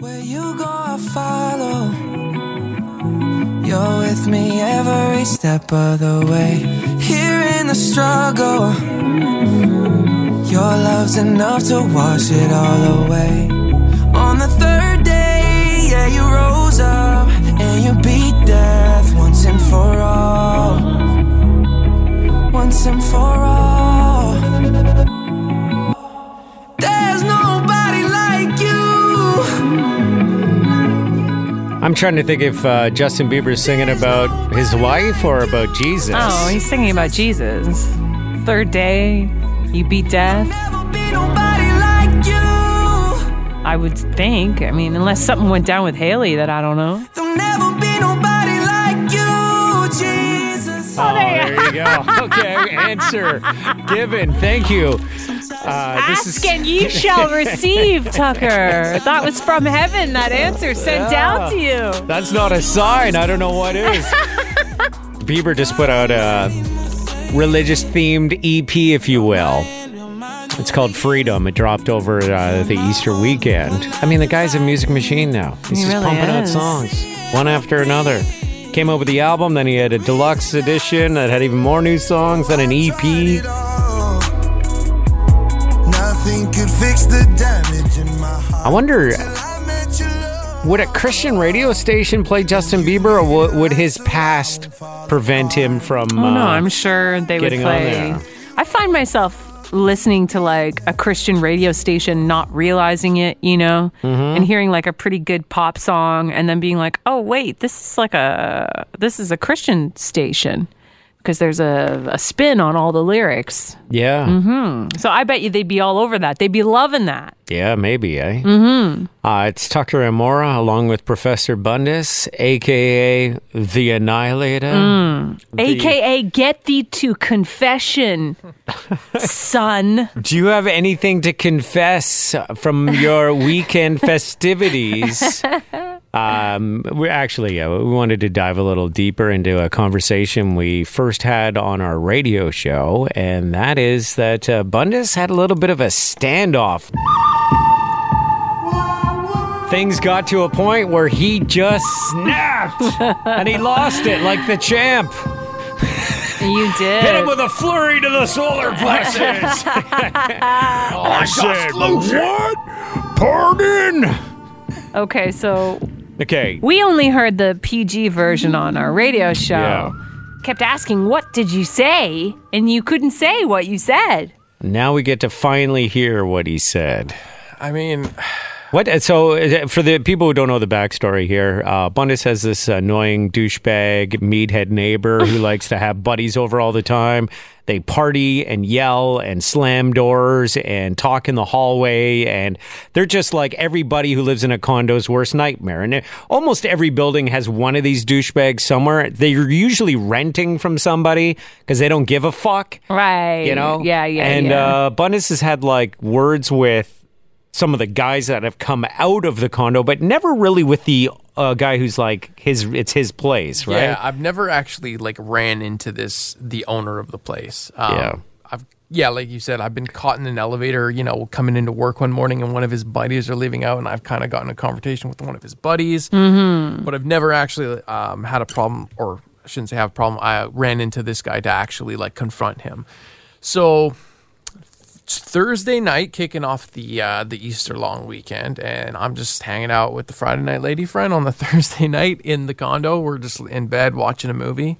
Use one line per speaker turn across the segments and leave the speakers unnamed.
Where you go, I follow. You're with me every step of the way. Here in the struggle, your love's enough to wash it all away. On the third day, yeah, you rose up and you beat death once and for all. Once and for all. There's nobody like you.
I'm trying to think if uh, Justin Bieber's singing about his wife or about Jesus.
Oh, he's singing about Jesus. Third day, you beat death.
Never be nobody like you.
I would think. I mean, unless something went down with Haley that I don't know.
There'll never be nobody like you, Jesus.
Oh, there you go. Okay, answer given. Thank you. Uh, this
Ask and you shall receive, Tucker. That was from heaven. That answer sent down to you.
That's not a sign. I don't know what is. Bieber just put out a religious themed EP, if you will. It's called Freedom. It dropped over uh, the Easter weekend. I mean, the guy's a music machine now. He's
He
just
really
pumping out
is.
songs one after another. Came up with the album, then he had a deluxe edition that had even more new songs, then an E EP.
Oh. Nothing could fix the damage in my heart.
I wonder,
I met your love.
would a Christian radio station play Justin Bieber, or wo- would his past prevent him from?
Oh, no,
uh,
I'm sure they would
getting on
play.
there.
I find myself listening to like a Christian radio station, not realizing it, you know,
Mm-hmm.
and hearing like a pretty good pop song, and then being like, "Oh wait, this is like a this is a Christian station." Because there's a, a spin on all the lyrics.
Yeah,
Mm-hmm. So I bet you they'd be all over that. They'd be loving that.
yeah, maybe, eh? Mm-hmm. Uh, it's Tucker Amora along with Professor Bundus, aka the Annihilator.
AKA get thee to confession, son.
Do you have anything to confess from your weekend festivities? Um, we actually, yeah, we wanted to dive a little deeper into a conversation we first had on our radio show, and that is that uh, Bundes had a little bit of a standoff. Things got to a point where he just snapped and he lost it like the champ.
You did.
Hit him with a flurry to the solar plexus. I said, what? Pardon?
okay, so
Okay.
we only heard the PG version on our radio show.
Yeah.
Kept asking, what did you say? And you couldn't say what you said.
Now we get to finally hear what he said.
I mean,
What? So, uh, for the people who don't know the backstory here, uh, Bundes has this annoying douchebag, meathead neighbor who likes to have buddies over all the time. They party and yell and slam doors and talk in the hallway. And they're just like everybody who lives in a condo's worst nightmare. And almost every building has one of these douchebags somewhere. They're usually renting from somebody because they don't give a fuck
Right.
you know
Yeah, yeah.
and
yeah.
uh bundes has had like words with some of the guys that have come out of the condo but never really with the uh, guy who's like his it's his place right
yeah, I've never actually like ran into this the owner of the place. Um,
Yeah.
I've yeah, like you said, I've been caught in an elevator. You know, coming into work one morning, and one of his buddies are leaving out, and I've kind of gotten a confrontation with one of his buddies. Mm-hmm. But I've never actually um, had a problem, or I shouldn't say have a problem. I ran into this guy to actually like confront him. So it's Thursday night, kicking off the uh, the Easter long weekend, and I'm just hanging out with the Friday night lady friend on the Thursday night in the condo. We're just in bed watching a movie,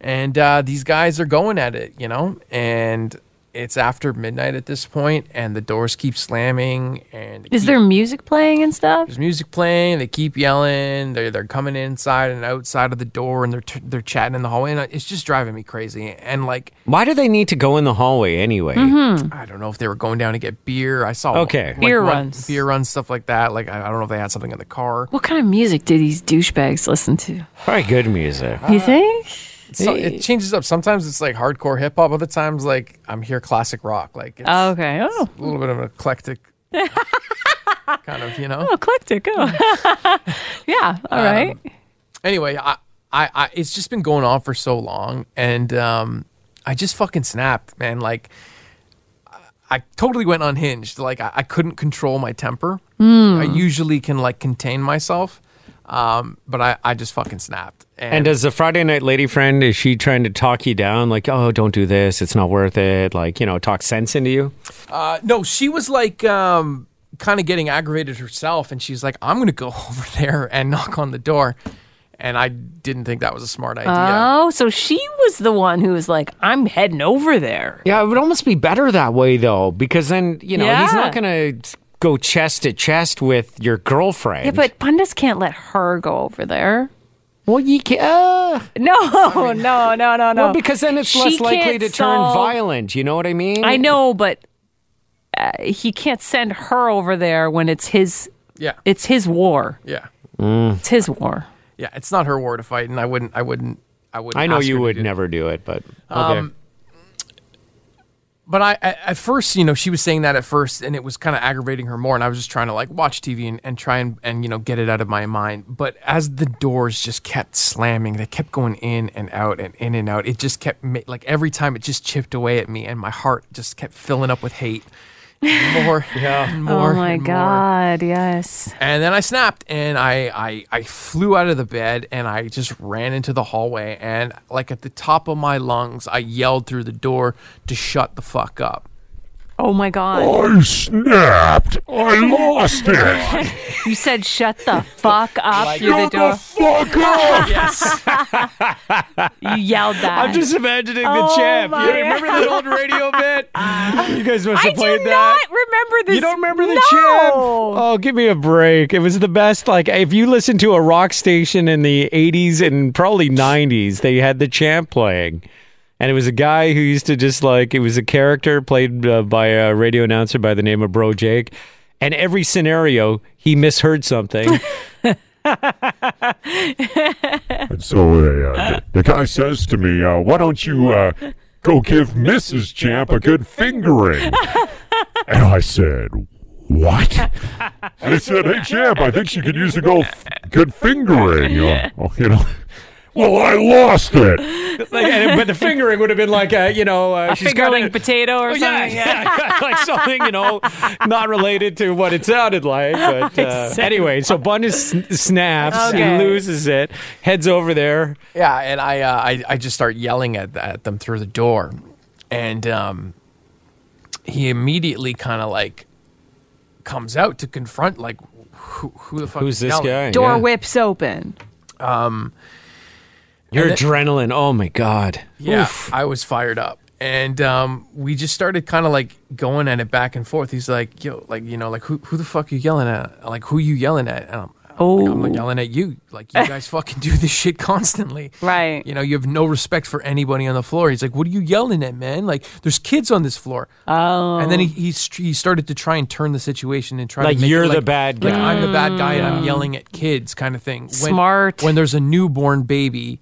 and uh, these guys are going at it, you know. And it's after midnight at this point, and the doors keep slamming. And they
Is
keep-
there music playing and stuff?
there's music playing. They keep yelling. They're they're coming inside and outside of the door, and they're t- they're chatting in the hallway, and I- it's just driving me crazy. And like,
Why do they need to go in the hallway anyway?
Mm-hmm.
I don't know if they were going down to get beer. I saw
Okay.
like,
Beer
one-
runs.
beer runs, stuff like that. Like, I, I don't know if they had something in the car.
What kind of music do these douchebags listen to?
Probably good music.
You think?
So it changes up. Sometimes it's like hardcore hip hop. Other times, like I'm here classic rock. Like, it's
Oh, okay. Oh,
a little bit of an eclectic. kind of, you
Oh,
know.
eclectic. Oh, yeah.
Um,
All right.
anyway, I, I, I, it's just been going on for so long, and um, I just fucking snapped, man. Like, I, I totally went unhinged. Like, I, I couldn't control my temper.
Hmm.
I usually can like contain myself, um, but I, I just fucking snapped.
And does the Friday night lady friend is she trying to talk you down like, "Oh, don't do this. It's not worth it." Like, you know, talk sense into you?
Uh, no, she was like um, kind of getting aggravated herself, and she's like, "I'm gonna go over there and knock on the door," and I didn't think that was a smart idea.
Oh, so she was the one who was like, "I'm heading over there."
Yeah, it would almost be better that way though because then, you know, he's not
Yeah.
going to go chest to chest with your girlfriend.
Yeah, but Pundas can't let her go over there.
well, you can uh,
No, no, no, no, no.
well, because then it's
She
less likely
can't
to turn
solve-
violent, you know what I mean?
I know, but uh, he can't send her over there when it's his.
Yeah,
It's his war.
yeah.
It's his war.
Yeah, it's not her war to fight, and I wouldn't, I wouldn't, I wouldn't.
I know
ask her
you
to
would
do that.
never do it, but okay.
But I, I, at first, you know, she was saying that at first, and it was kind of aggravating her more. And I was just trying to like watch TV and, and try and, and you know get it out of my mind. But as the doors just kept slamming, they kept going in and out and in and out. It just kept ma- like every time it just chipped away at me, and my heart just kept filling up with hate. And More, and more,
oh my
and more.
God! Yes.
And then I snapped and I, I I flew out of the bed and I just ran into the hallway and like at the top of my lungs I yelled through the door to shut the fuck up.
Oh my God!
I snapped. I lost it.
You said shut the fuck up through the
Shut
door.
the fuck up.
Yes.
You yelled that.
I'm just imagining the
Oh
champ. You
my-
remember that old radio bit? You guys must
I
have
do
played that.
not remember this.
You don't remember the
no.
champ? Oh, give me a break. It was the best. Like, if you listen to a rock station in the 80s and probably 90s, they had the champ playing. And it was a guy who used to just like, it was a character played uh, by a radio announcer by the name of Bro Jake. And every scenario, he misheard something.
And so uh, the guy says to me, uh, "Why don't you uh, go give Mrs. Champ a good fingering?" And I said, "What?" And I said, "Hey, Champ, I think she could use a go f- good fingering." Uh, well, you know. Well, I lost it.
Like, and- but the fingering would have been like, uh, you know, uh, she's got
Fingerling
a-
potato or
Oh, yeah,
something.
yeah, yeah, like something you know, not related to what it sounded like. But uh,
Exactly.
anyway, so Bundes sn- snaps,
Okay.
he loses it, heads over there.
yeah, and I, uh, I I just start yelling at, at them through the door, and um, he immediately kind of like comes out to confront like who, who the fuck
Who's
is
this
yelling?
guy?
Door
Yeah.
whips open.
Your
And it-
adrenaline. Oh my god.
Yeah,
Oof.
I was fired up. And um, we just started kind of like going at it back and forth. He's like, "Yo, like you know, like who who the fuck you yelling at? Like who you yelling at?" And I'm, like,
Oh.
I'm like yelling at you. Like you guys fucking do this shit constantly,
Right.
You know, you have no respect for anybody on the floor. He's like, "What are you yelling at, man? Like there's kids on this floor." Oh. And then he he, st- he started to try and turn the situation and try
Like,
to make it
you're the
like-
bad
Like
guy.
I'm the bad guy and I'm yelling at kids, kind of thing. When-
Smart.
When there's a newborn baby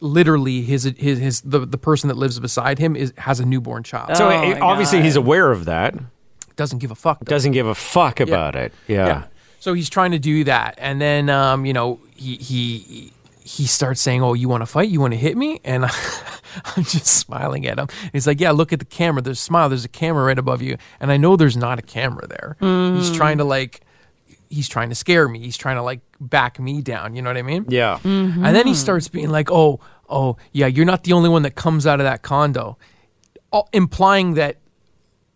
literally his his his the, the person that lives beside him is has a newborn child.
So
Oh
eh,
my
obviously he's aware of that.
Doesn't give a fuck. though.
Doesn't give a fuck about it. Yeah.
Yeah. So he's trying to do that, and then um, you know he he he starts saying, "Oh, you want to fight? You want to hit me?" And I'm just smiling at him. He's like, "Yeah, look at the camera. There's smile. There's a camera right above you, and I know there's not a camera there." He's trying to like. He's trying to scare me. He's trying to like back me down. You know what I mean?
Yeah.
And
Mm-hmm.
then he starts being like, "Oh, oh, yeah, you're not the only one that comes out of that condo," all, implying that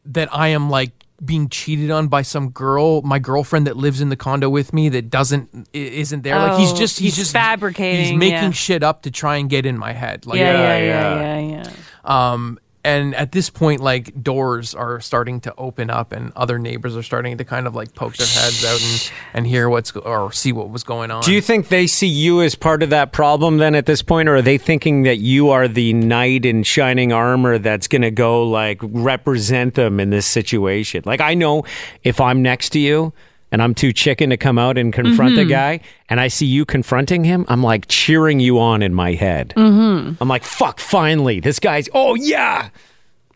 that I am like being cheated on by some girl, my girlfriend that lives in the condo with me that doesn't i- isn't there. like he's
Oh,
just
he's
he's, just
fabricating,
He's making
yeah.
shit up to try and get in my head. Like
Yeah, yeah,
Yeah,
yeah, yeah, yeah.
um, and at this point, like doors are starting to open up, and other neighbors are starting to kind of like poke their heads out and, and hear what's go- or see what was going on.
Do you think they see you as part of that problem then at this point, or are they thinking that you are the knight in shining armor that's going to go like represent them in this situation? Like, I know if I'm next to you and I'm too chicken to come out and confront the guy, and I see you confronting him, I'm like cheering you on in my head. Mm-hmm. I'm like, fuck, finally, this guy's, oh yeah,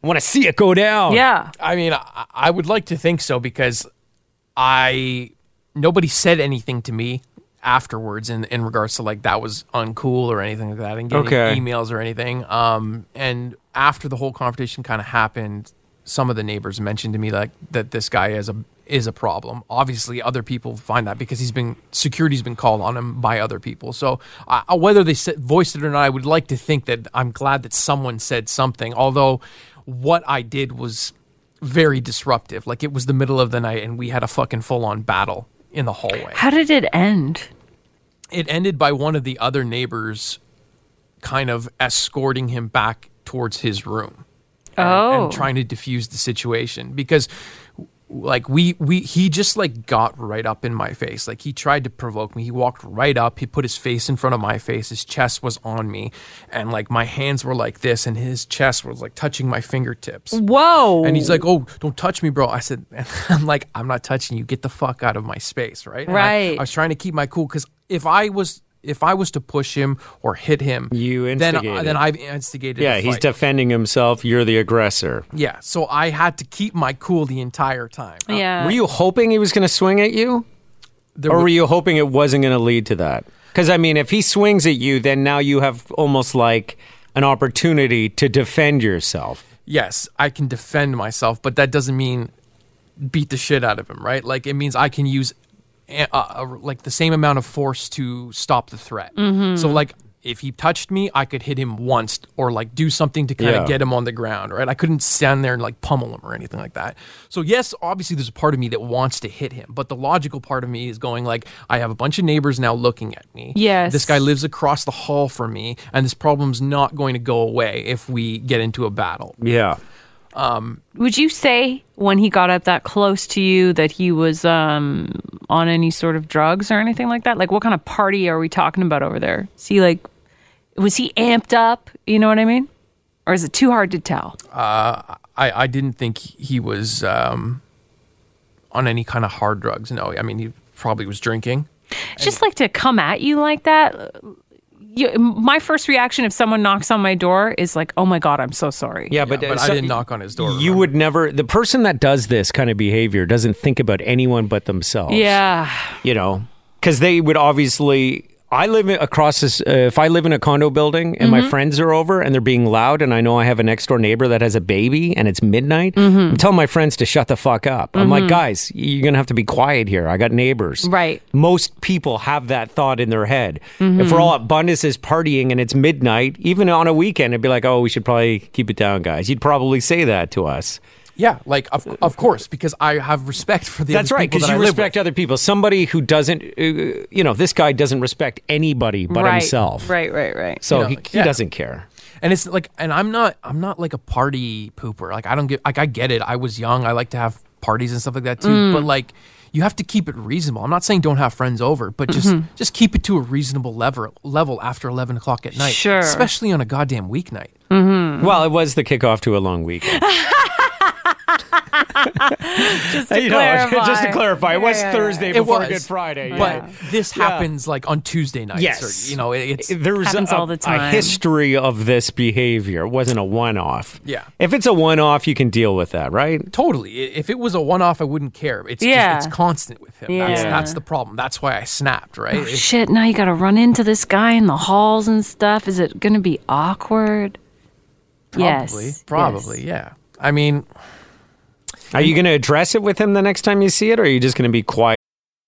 I want to see it go down.
Yeah.
I mean, I, I would like to think so because I nobody said anything to me afterwards in in regards to like that was uncool or anything like that, and getting
Okay.
emails or anything. Um, and after the whole confrontation kind of happened, some of the neighbors mentioned to me like that this guy is a is a problem. Obviously, other people find that because he's been security's been called on him by other people. So uh, whether they said, voiced it or not, I would like to think that I'm glad that someone said something. Although what I did was very disruptive. Like it was the middle of the night and we had a fucking full on battle in the hallway.
How did it end?
It ended by one of the other neighbors kind of escorting him back towards his room
oh.
and trying to diffuse the situation because like we we he just like got right up in my face like he tried to provoke me he walked right up he put his face in front of my face his chest was on me and like my hands were like this and his chest was like touching my fingertips
Whoa.
and he's like, "Oh, don't touch me, bro." I said, "I'm like, I'm not touching you. Get the fuck out of my space, right?" And I-
Right.
I, was trying to keep my cool because if I was if I was to push him or hit him,
You
then uh,
instigated.
then I've instigated.
Yeah,
a
he's
fight.
defending himself. You're the aggressor.
yeah. So I had to keep my cool the entire time. Uh,
yeah.
Were you hoping he was going to swing at you?
there
or
were-
were you hoping it wasn't going to lead to that? Because I mean, if he swings at you, then now you have almost like an opportunity to defend yourself.
yes, I can defend myself, but that doesn't mean beat the shit out of him, right? Like it means I can use a, a, a- like the same amount of force to stop the threat. So like if he touched me, I could hit him once or like do something to kind
Yeah.
of get him on the ground, right? I couldn't stand there and like pummel him or anything like that. So yes, obviously there's a part of me that wants to hit him, but the logical part of me is going like I have a bunch of neighbors now looking at me.
Yes.
This guy lives across the hall from me and this problem's not going to go away if we get into a battle.
Yeah.
Would you say when he got up that close to you that he was um, on any sort of drugs or anything like that? Like, what kind of party are we talking about over there? Is he like, was he amped up? You know what I mean? Or is it too hard to tell?
I, I didn't think he was um, on any kind of hard drugs. No, I mean he probably was drinking.
just like to come at you like that. You, my first reaction if someone knocks on my door is like, "Oh my god, I'm so sorry."
Yeah, but,
but
uh,
I didn't knock on his door,
You
remember?
would never. The person that does this kind of behavior doesn't think about anyone but themselves.
Yeah.
you know, because they would obviously. I live in- across this. Uh, if I live in a condo building and my friends are over and they're being loud, and I know I have a next door neighbor that has a baby and it's midnight, I'm telling my friends to shut the fuck up. I'm like, guys, you're gonna have to be quiet here. I got neighbors.
Right.
Most people have that thought in their head. If we're all at Bundes' partying and it's midnight, even on a weekend, it'd be like, oh, we should probably keep it down, guys. You'd probably say that to us.
Yeah, like of, of course because I have respect for the.
That's
other
right,
people
because
that
you
I live
respect other people. Somebody who doesn't, uh, you know, this guy doesn't respect anybody but
right.
himself.
Right. Right. Right.
So
You know,
he,
like,
he
yeah.
doesn't care.
with. and it's like, and I'm not, I'm not like a party pooper. Like I don't get, like I get it. I was young. I like to have parties and stuff like that too.
Mm.
But like, you have to keep it reasonable. I'm not saying don't have friends over, but just
Mm-hmm.
just keep it to a reasonable level level after 11 o'clock at night,
Sure.
Especially on a goddamn weeknight.
Mm-hmm.
Well, it was the kickoff to a long weekend.
Just
You know, just to clarify, it was
Yeah, yeah,
Thursday
It
before
was.
Good Friday.
But this
Yeah.
happens like on Tuesday nights.
Yes.
Or, you know, it- it's
there's
Happens
a,
all the
a
time.
history of this behavior. It wasn't a one-off.
Yeah.
If it's a one-off, you can deal with that, right?
totally. I- If it was a one-off, I wouldn't care. It's
Yeah.
just, it's constant with him. That's,
Yeah. Oh,
that's the problem. That's why I snapped. Right.
yeah.
It's-
Shit! Now you got to run into this guy in the halls and stuff. Is it going to be awkward?
probably.
yes.
Probably.
Yes.
Yeah. I mean,
Are you going to address it with him the next time you see it, or are you just going to be quiet?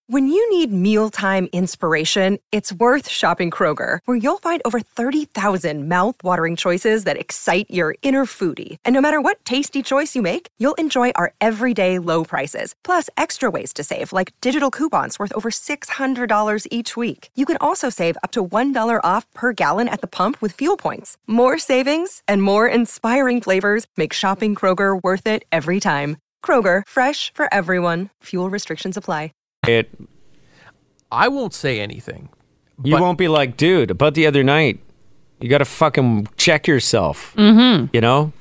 When you need mealtime inspiration, it's worth shopping Kroger, where you'll find over 30,000 mouthwatering choices that excite your inner foodie. And no matter what tasty choice you make, you'll enjoy our everyday low prices, plus extra ways to save, like digital coupons worth over $600 each week. You can also save up to $1 off per gallon at the pump with fuel points. More savings and more inspiring flavors make shopping Kroger worth it every time. Kroger, fresh for everyone. Fuel restrictions apply.
It
I won't say anything.
you
But-
won't be like, dude, about the other night, you got to fucking check yourself. You know?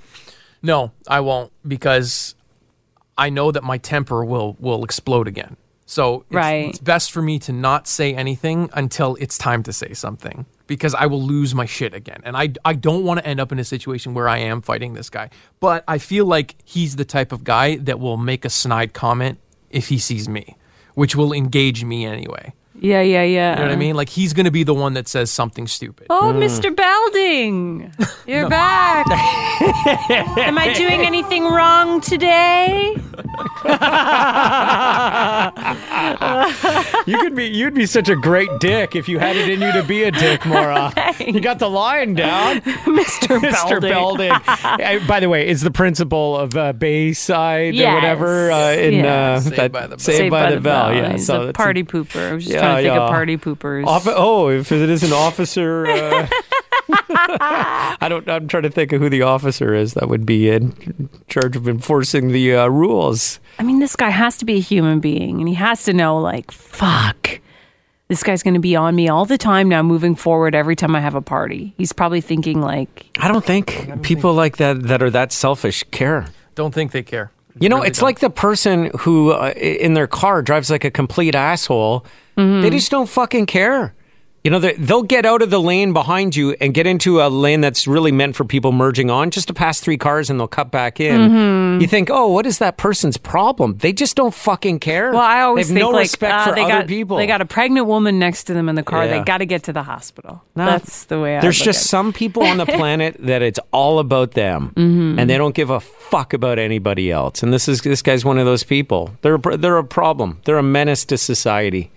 No, I won't because I know that my temper will will explode again. So it's,
Right.
it's best for me to not say anything until it's time to say something because I will lose my shit again. And I I don't want to end up in a situation where I am fighting this guy. But I feel like he's the type of guy that will make a snide comment if he sees me, which will engage me anyway.
Yeah, yeah, yeah.
You know what I mean? Like he's going to be the one that says something stupid.
Uh-huh. Oh, Mr. Belding, you're back. Am I doing anything wrong today?
You could be you'd be such a great dick if you had it in you to be a dick, Mora. you got the line down.
Mr.
Mr. Belding. Uh, by the way, is the principal of uh, Bayside or
Yes.
whatever uh, in
Yeah.
uh,
Saved
that-
by the Bell.
Saved by, the, Bell. Yeah,
He's
so
a
that's
party pooper. I was just
Yeah,
trying to think
yeah.
of party poopers.
Offi- oh, if it is an officer, uh, I don't. I'm trying to think of who the officer is that would be in charge of enforcing the uh, rules.
I mean, this guy has to be a human being, and he has to know, like, fuck, this guy's going to be on me all the time now, moving forward. Every time I have a party, he's probably thinking, like,
I don't think people like that that are that selfish care.
Don't think they care.
You know,
Really
it's
don't.
like the person who uh, in their car drives like a complete asshole. They
Mm-hmm.
just don't fucking care. You know, they- they'll get out of the lane behind you and get into a lane that's really meant for people merging on just to pass three cars and they'll cut back in.
Mm-hmm.
You think, oh, what is that person's problem? They just don't fucking care.
Well, I always
they have
think
no
like
respect
uh,
for
they
other
got
people.
they got a pregnant woman next to them in the car.
Yeah.
They got to get to the hospital.
Nah.
That's the way. I
There's
look
just
at it.
some people on the planet that it's all about them,
Mm-hmm.
and they don't give a fuck about anybody else. And this is this guy's one of those people. They're a, pr- they're a problem. They're a menace to society.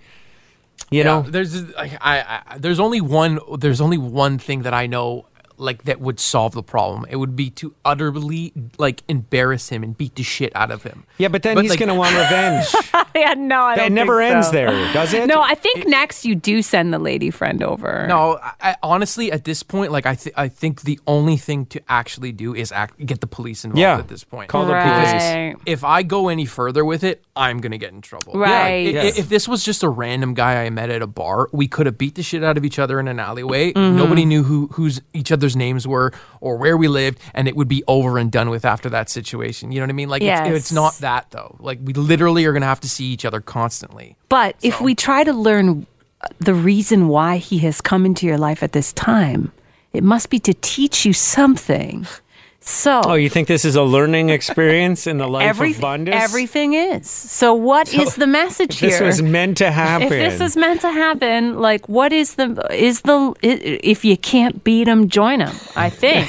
You
Yeah,
know,
there's I, I, I there's only one there's only one thing that I know like that would solve the problem. It would be to utterly like embarrass him and beat the shit out of him.
yeah. But then he's
like,
gonna want revenge.
yeah, no, I
that
don't
never
think
ends
so.
there, does it?
No, I think next you do send the lady friend over.
No, I, I, honestly, at this point, like I, th- I think the only thing to actually do is act, get the police involved.
Yeah.
at this point,
Call the
Right.
Because if I go any further with it, I'm gonna get in trouble.
Right.
I-
Yeah.
If, this was just a random guy I met at a bar, we could have beat the shit out of each other in an alleyway.
Mm-hmm.
Nobody knew who whose each other's names were or where we lived, and it would be over and done with after that situation. You know what I mean? Like it's,
Yes.
it's not that though. Like we literally are gonna have to see each other constantly.
But if we try to learn the reason why he has come into your life at this time, it must be to teach you something. So
Oh, you think this is a learning experience in the life
every-
of Bundes?
everything is. So what is the message
If this
here?
was meant to happen.
if this is meant to happen, like what is the is the i- if you can't beat them, join them. I think.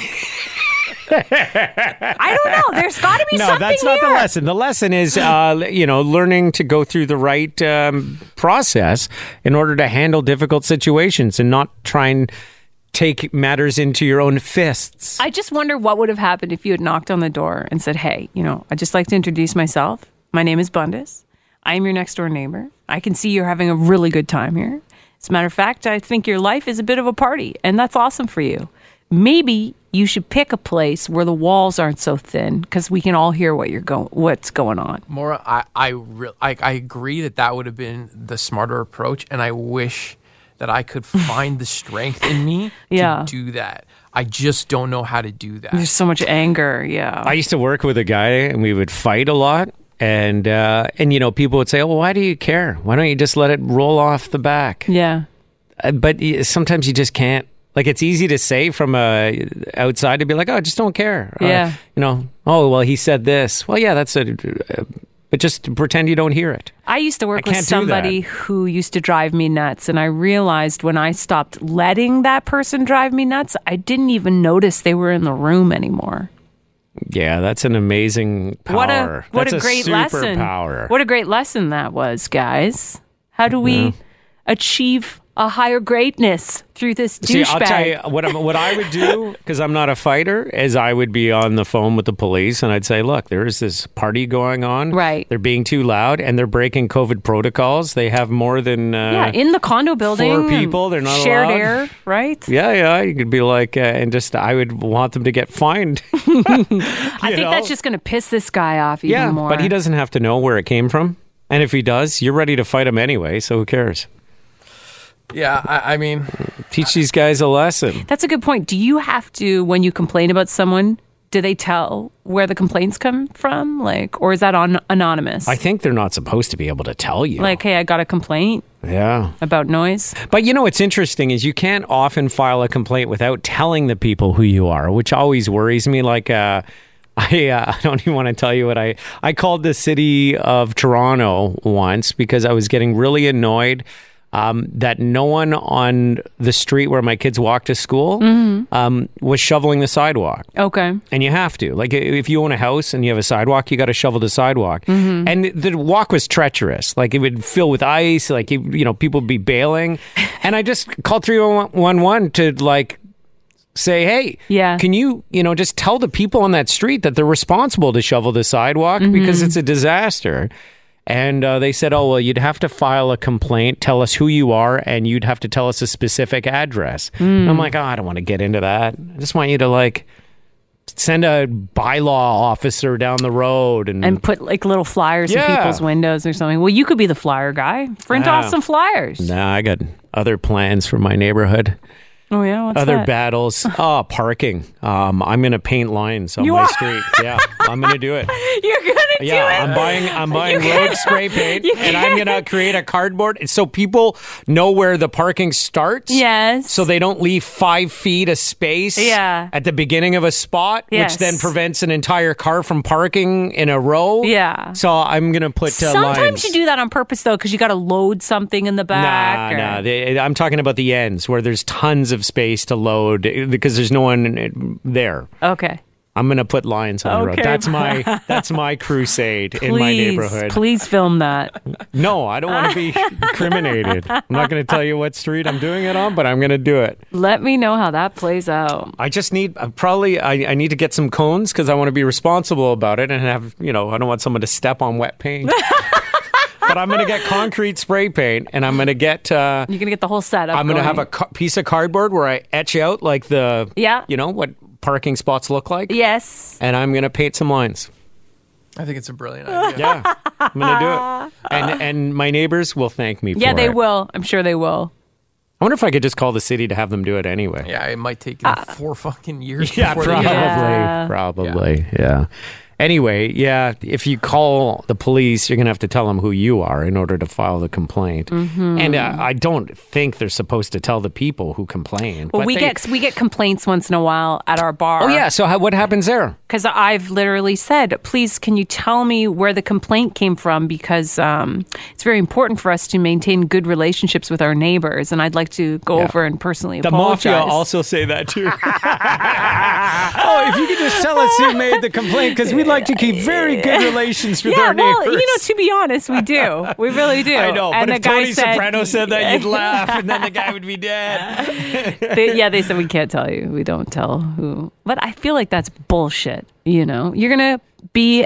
I don't know. There's got to be
no,
something
that's not the
here.
lesson. The lesson is, uh, you know, learning to go through the right um, process in order to handle difficult situations and not try and take matters into your own fists.
I just wonder what would have happened if you had knocked on the door and said, "Hey, you know, I'd just like to introduce myself. My name is Bundes. I am your next door neighbor. I can see you're having a really good time here. As a matter of fact, I think your life is a bit of a party, and that's awesome for you. Maybe you should pick a place where the walls aren't so thin, because we can all hear what you're going, what's going on.
Mora, I I, re- I I agree that that would have been the smarter approach, and I wish that I could find the strength in me
Yeah.
to do that. I just don't know how to do that.
There's so much anger. Yeah.
I used to work with a guy, and we would fight a lot. And uh, and you know, people would say, "Well, why do you care? Why don't you just let it roll off the back?"
yeah.
Uh, But y- sometimes you just can't. Like it's easy to say from uh, outside to be like, "Oh, I just don't care." Uh,
Yeah.
you know. Oh well, he said this. Well, yeah, that's a. Uh, but just pretend you don't hear it.
I used to work
I
with
can't do
somebody
that.
who used to drive me nuts, and I realized when I stopped letting that person drive me nuts, I didn't even notice they were in the room anymore.
Yeah, that's an amazing power.
What a what
That's
a great lesson!
superpower.
What a great lesson that was, guys. How do we achieve a higher greatness through this
See,
douchebag?
I'll tell you uh, what, I'm, what I would do because I'm not a fighter. Is I would be on the phone with the police and I'd say, "Look, there is this party going on.
Right.
They're being too loud and they're breaking COVID protocols. They have more than uh,
yeah, in the condo building. and
people, they're not
shared
allowed.
air, right?
yeah, yeah." You could be like, uh, and just I would want them to get fined.
I think
know?
that's just going to piss this guy off even
yeah,
more.
but he doesn't have to know where it came from. And if he does, you're ready to fight him anyway. So who cares?
Yeah, I, I mean,
Teach these guys a lesson.
That's a good point. Do you have to when you complain about someone? Do they tell where the complaints come from, like, or is that on anonymous?
I think they're not supposed to be able to tell you.
like, hey, I got a complaint
yeah.
about noise.
But you know what's interesting is you can't often file a complaint without telling the people who you are, which always worries me. Like, uh, I, uh, I don't even want to tell you what I I called the city of Toronto once because I was getting really annoyed um, that no one on the street where my kids walk to school um, was shoveling the sidewalk.
Okay.
And you have to. Like, i- if you own a house and you have a sidewalk, you got to shovel the sidewalk. And the walk was treacherous. Like, it would fill with ice. Like, it, you know, people would be bailing. And I just called 311 to, like, say, hey,
Yeah.
can you, you know, just tell the people on that street that they're responsible to shovel the sidewalk because it's a disaster. And uh, they said, oh, well, you'd have to file a complaint, tell us who you are, and you'd have to tell us a specific address. I'm like, oh, I don't want to get into that. I just want you to, like, send a bylaw officer down the road and,
And put like little flyers in
Mm. Yeah.
people's windows or something. Well, you could be the flyer guy. Print off
Yeah.
some flyers.
nah, Ah, I got other plans for my neighborhood.
Oh yeah, what's
Other
that?
battles. Oh, parking. Um, I'm gonna paint lines on
You
my
are?
street. Yeah, I'm gonna do it.
You're gonna
Yeah,
do it.
I'm buying. I'm buying
You
road
can't-
spray paint,
you
and I'm gonna create a cardboard so people know where the parking starts.
Yes.
So they don't leave five feet of space
Yeah.
at the beginning of a spot,
Yes.
which then prevents an entire car from parking in a row.
Yeah.
So I'm gonna put uh,
Sometimes
lines.
you do that on purpose though, because you got to load something in the back.
Nah,
or-
nah. They, I'm talking about the ends where there's tons of space to load eh, because there's no one eh, there.
okay.
I'm gonna put lines on the road.
Okay.
That's my that's my crusade in my
Please,
neighborhood.
Please film that.
No, I don't want to be incriminated. I'm not gonna tell you what street I'm doing it on, but I'm gonna do it.
Let me know how that plays out.
I just need I probably I, I need to get some cones because I want to be responsible about it and have you know I don't want someone to step on wet paint. but I'm gonna get concrete spray paint and I'm gonna get. Uh,
You're gonna get the whole setup.
I'm going to
going.
have a ca- piece of cardboard where I etch out like the
Yeah.
you know what parking spots look like,
yes.
and I'm going to paint some lines.
I think it's a brilliant idea.
Yeah, I'm going to do it, and and my neighbors will thank me.
Yeah,
for
they
it.
will. I'm sure they will.
I wonder if I could just call the city to have them do it anyway.
Yeah, it might take
Uh,
them four fucking years.
Yeah,
before they
probably,
get it.
Yeah.
probably, yeah. Anyway, yeah, if you call the police, you're going to have to tell them who you are in order to file the complaint.
Mm-hmm.
And uh, I don't think they're supposed to tell the people who complain.
Well,
but
we
they-
get we get complaints once in a while at our bar.
Oh yeah, so how, what happens there?
because I've literally said, please, can you tell me where the complaint came from? Because um, it's very important for us to maintain good relationships with our neighbors, and I'd like to go
Yeah.
over and personally
The
apologize.
mafia also say that too. oh, if you could just tell us who made the complaint, because we'd like to keep very good relations with
yeah,
our neighbors.
well, you know, to be honest, we do. We really do.
I know,
And
but
the
if
guy
Tony
said,
Soprano said that, you'd laugh, and then the guy would be dead.
they, yeah, they said we can't tell you. We don't tell who. But I feel like that's bullshit. You know, you're gonna be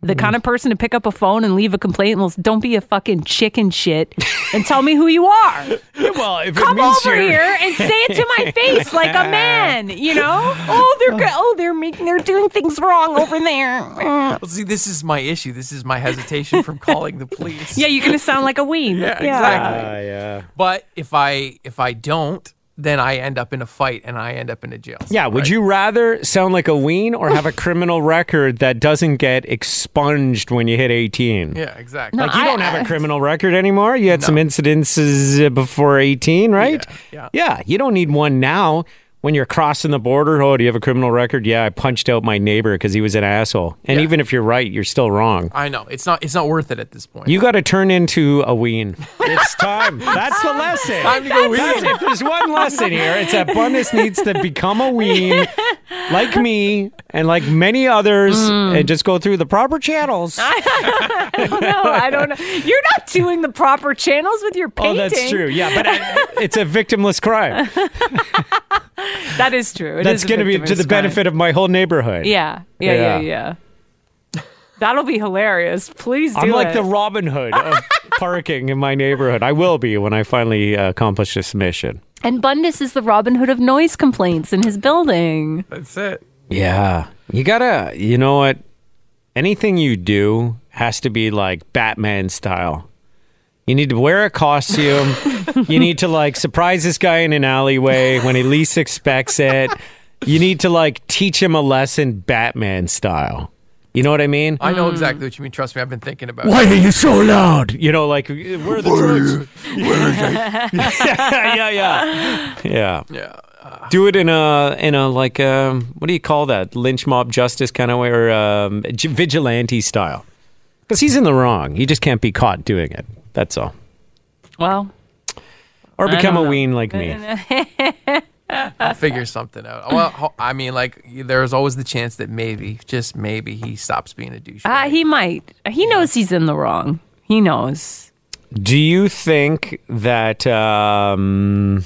the kind of
Mm-hmm.
person to pick up a phone and leave a complaint. Well, don't be a fucking chicken shit and tell me who you are.
Well, if
Come
it means
over
you're-
here and say it to my face like a man. You know? Oh, they're go- oh they're making they're doing things wrong over there.
Well, see, this is my issue. This is my hesitation from calling the police.
Yeah, you're gonna sound like a ween. Yeah,
exactly.
Ah, yeah.
But if I if I don't, then I end up in a fight and I end up in a jail. cell,
Yeah, Uh, would
right?
you rather sound like a ween or have a criminal record that doesn't get expunged when you hit 18?
Yeah, exactly.
No,
Like, you
I-
don't have a criminal record anymore. You had some incidences uh, before 18, right?
Yeah,
yeah. You don't need one now. when you're crossing the border, oh, do you have a criminal record? Yeah, I punched out my neighbor because he was an asshole. And even if you're right, you're still wrong.
I know it's not it's not worth it at this point.
You got to turn into a ween. It's time. That's the lesson.
Time to go
That's-
ween.
If there's one lesson here, it's that Bundes needs to become a ween, like me and like many others, and just go through the proper channels.
no, I don't know. You're not doing the proper channels with your
oh,
painting.
that's true. Yeah, but I, it's a victimless crime.
That is true. It
that's
is a
going to be
victim
to the
of crime.
benefit of my whole neighborhood.
Yeah, yeah, yeah,
Yeah.
yeah. That'll be hilarious. Please do
I'm like
it.
the Robin Hood of parking in my neighborhood. I will be when I finally uh, accomplish this mission.
and Bundus is the Robin Hood of noise complaints in his building.
That's it.
Yeah. You gotta, you know what? Anything you do has to be like Batman style. You need to wear a costume. you need to like surprise this guy in an alleyway when he least expects it. You need to like teach him a lesson Batman style. You know what I mean?
I
Mm.
know exactly what you mean. Trust me, I've been thinking about
Why
it.
are you so loud? You know, like, where are the drugs? yeah, yeah, yeah.
Yeah.
Do it in a in a like um what do you call that lynch mob justice kind of way or um, j- vigilante style? Because he's in the wrong. He just can't be caught doing it. That's all.
Well,
Or become a
don't know.
ween like me.
I'll figure something out. Well, ho- I mean, like there's always the chance that maybe, just maybe, he stops being a douchebag.
uh, he might. He knows he's in the wrong. He knows.
Do you think that? Um,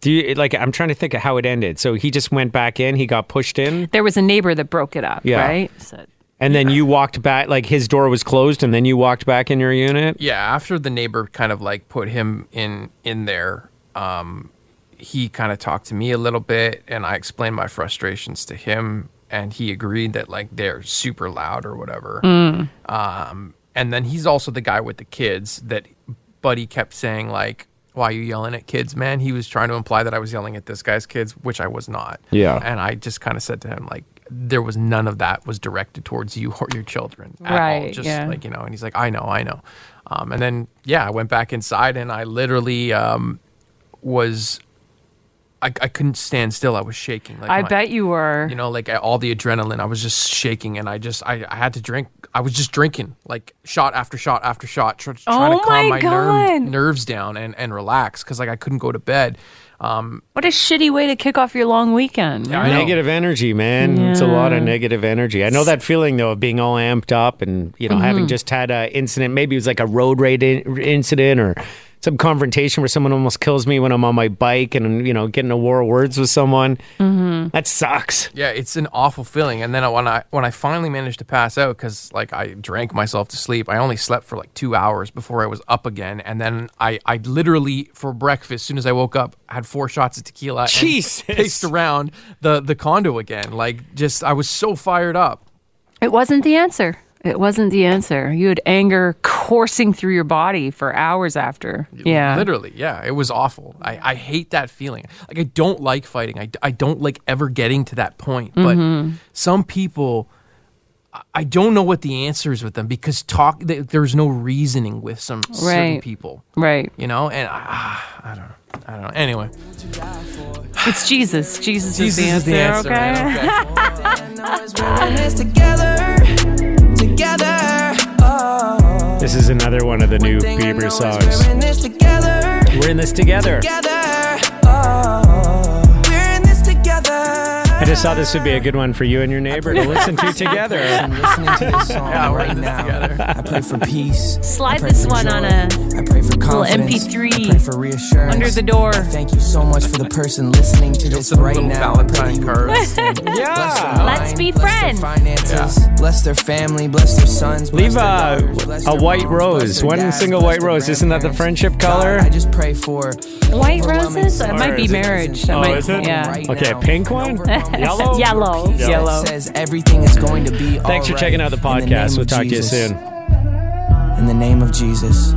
do you like? I'm trying to think of how it ended. So he just went back in. He got pushed in,
There was a neighbor that broke it up,
Yeah.
right? So-
and then you walked back. Like his door was closed, and then you walked back in your unit.
yeah after the neighbor kind of like put him in in there um he kind of talked to me a little bit and i explained my frustrations to him and he agreed that like they're super loud or whatever
Mm.
um and then he's also the guy with the kids that buddy kept saying like why are you yelling at kids man he was trying to imply that i was yelling at this guy's kids which i was not
Yeah.
and i just kind of said to him like there was none of that was directed towards you or your children at all
Right,
just
yeah.
like you know and he's like i know i know um, and then yeah i went back inside and i literally um, was I, I couldn't stand still i was shaking like
I
my-
bet you were.
you know like all the adrenaline i was just shaking and i just i, I had to drink i was just drinking like shot after shot after shot tr- trying
Oh
to
my
calm my, nerve-
God.
nerves down and, and relax because like i couldn't go to bed um,
what a shitty way to kick off your long weekend.
Yeah, I know.
Negative energy, man. It's a lot of negative energy. I know that feeling though of being all amped up and you know
Mm-hmm.
having just had an incident. Maybe it was like a road rage in- incident or some confrontation where someone almost kills me when I'm on my bike and you know getting a war of words with someone.
Mm-hmm.
That sucks.
Yeah, it's an awful feeling. And then I- when I when I finally managed to pass out because like I drank myself to sleep, I only slept for like two hours before I was up again. And then I I literally for breakfast, as soon as I woke up, I had four shots of tequila.
Jesus.
and paced around the the condo again. Like just I was so fired up.
It wasn't the answer. It wasn't the answer. You had anger coursing through your body for hours after. Yeah.
Literally, yeah, it was awful. I, I hate that feeling. Like, I don't like fighting. I, I don't like ever getting to that point.
Mm-hmm.
But some people, I- I don't know what the answer is with them because talk, th- there's no reasoning with some certain
Right.
people,
Right.
you know? And I, ah, I don't know. I don't know. Anyway,
It's Jesus. Jesus,
Jesus is the answer.
okay?
man, okay.
together, together. Oh,
This is another one of the new
thing I know
Bieber
is
songs.
We're in this together,
We're in this together.
together. Oh, we're in this together.
I just thought this would be a good one for you and your neighbor to listen to together.
I'm listening to this song
Yeah, we're in
right
this
now.
together.
I pray for peace.
Slide
I pray
this
for
one
joy.
on a
I pray for confidence.
MP3
I pray for reassurance.
under the door.
I thank you so much for the person listening to this
Some
right
little
now. I pray that
Valentine
you
cards.
Yeah.
Ah, Let's be
bless
friends.
Their finances, Bless their family. Bless their sons. bless
Leave
their
a,
daughters, bless
a
their
white
moms, bless
rose,
their
one
dads,
single
bless
white
their
rose. Isn't that the
grandparents.
friendship
God,
color?
I just pray for
White
overwhelming
roses? That might
be
solace.
marriage. That
Oh, might- is it?
yeah.
Okay, pink one? Yellow?
Yellow.
Peace that
Yellow.
Says everything is going to be
Thanks for checking out the podcast. we'll talk to you soon.
In the name of Jesus.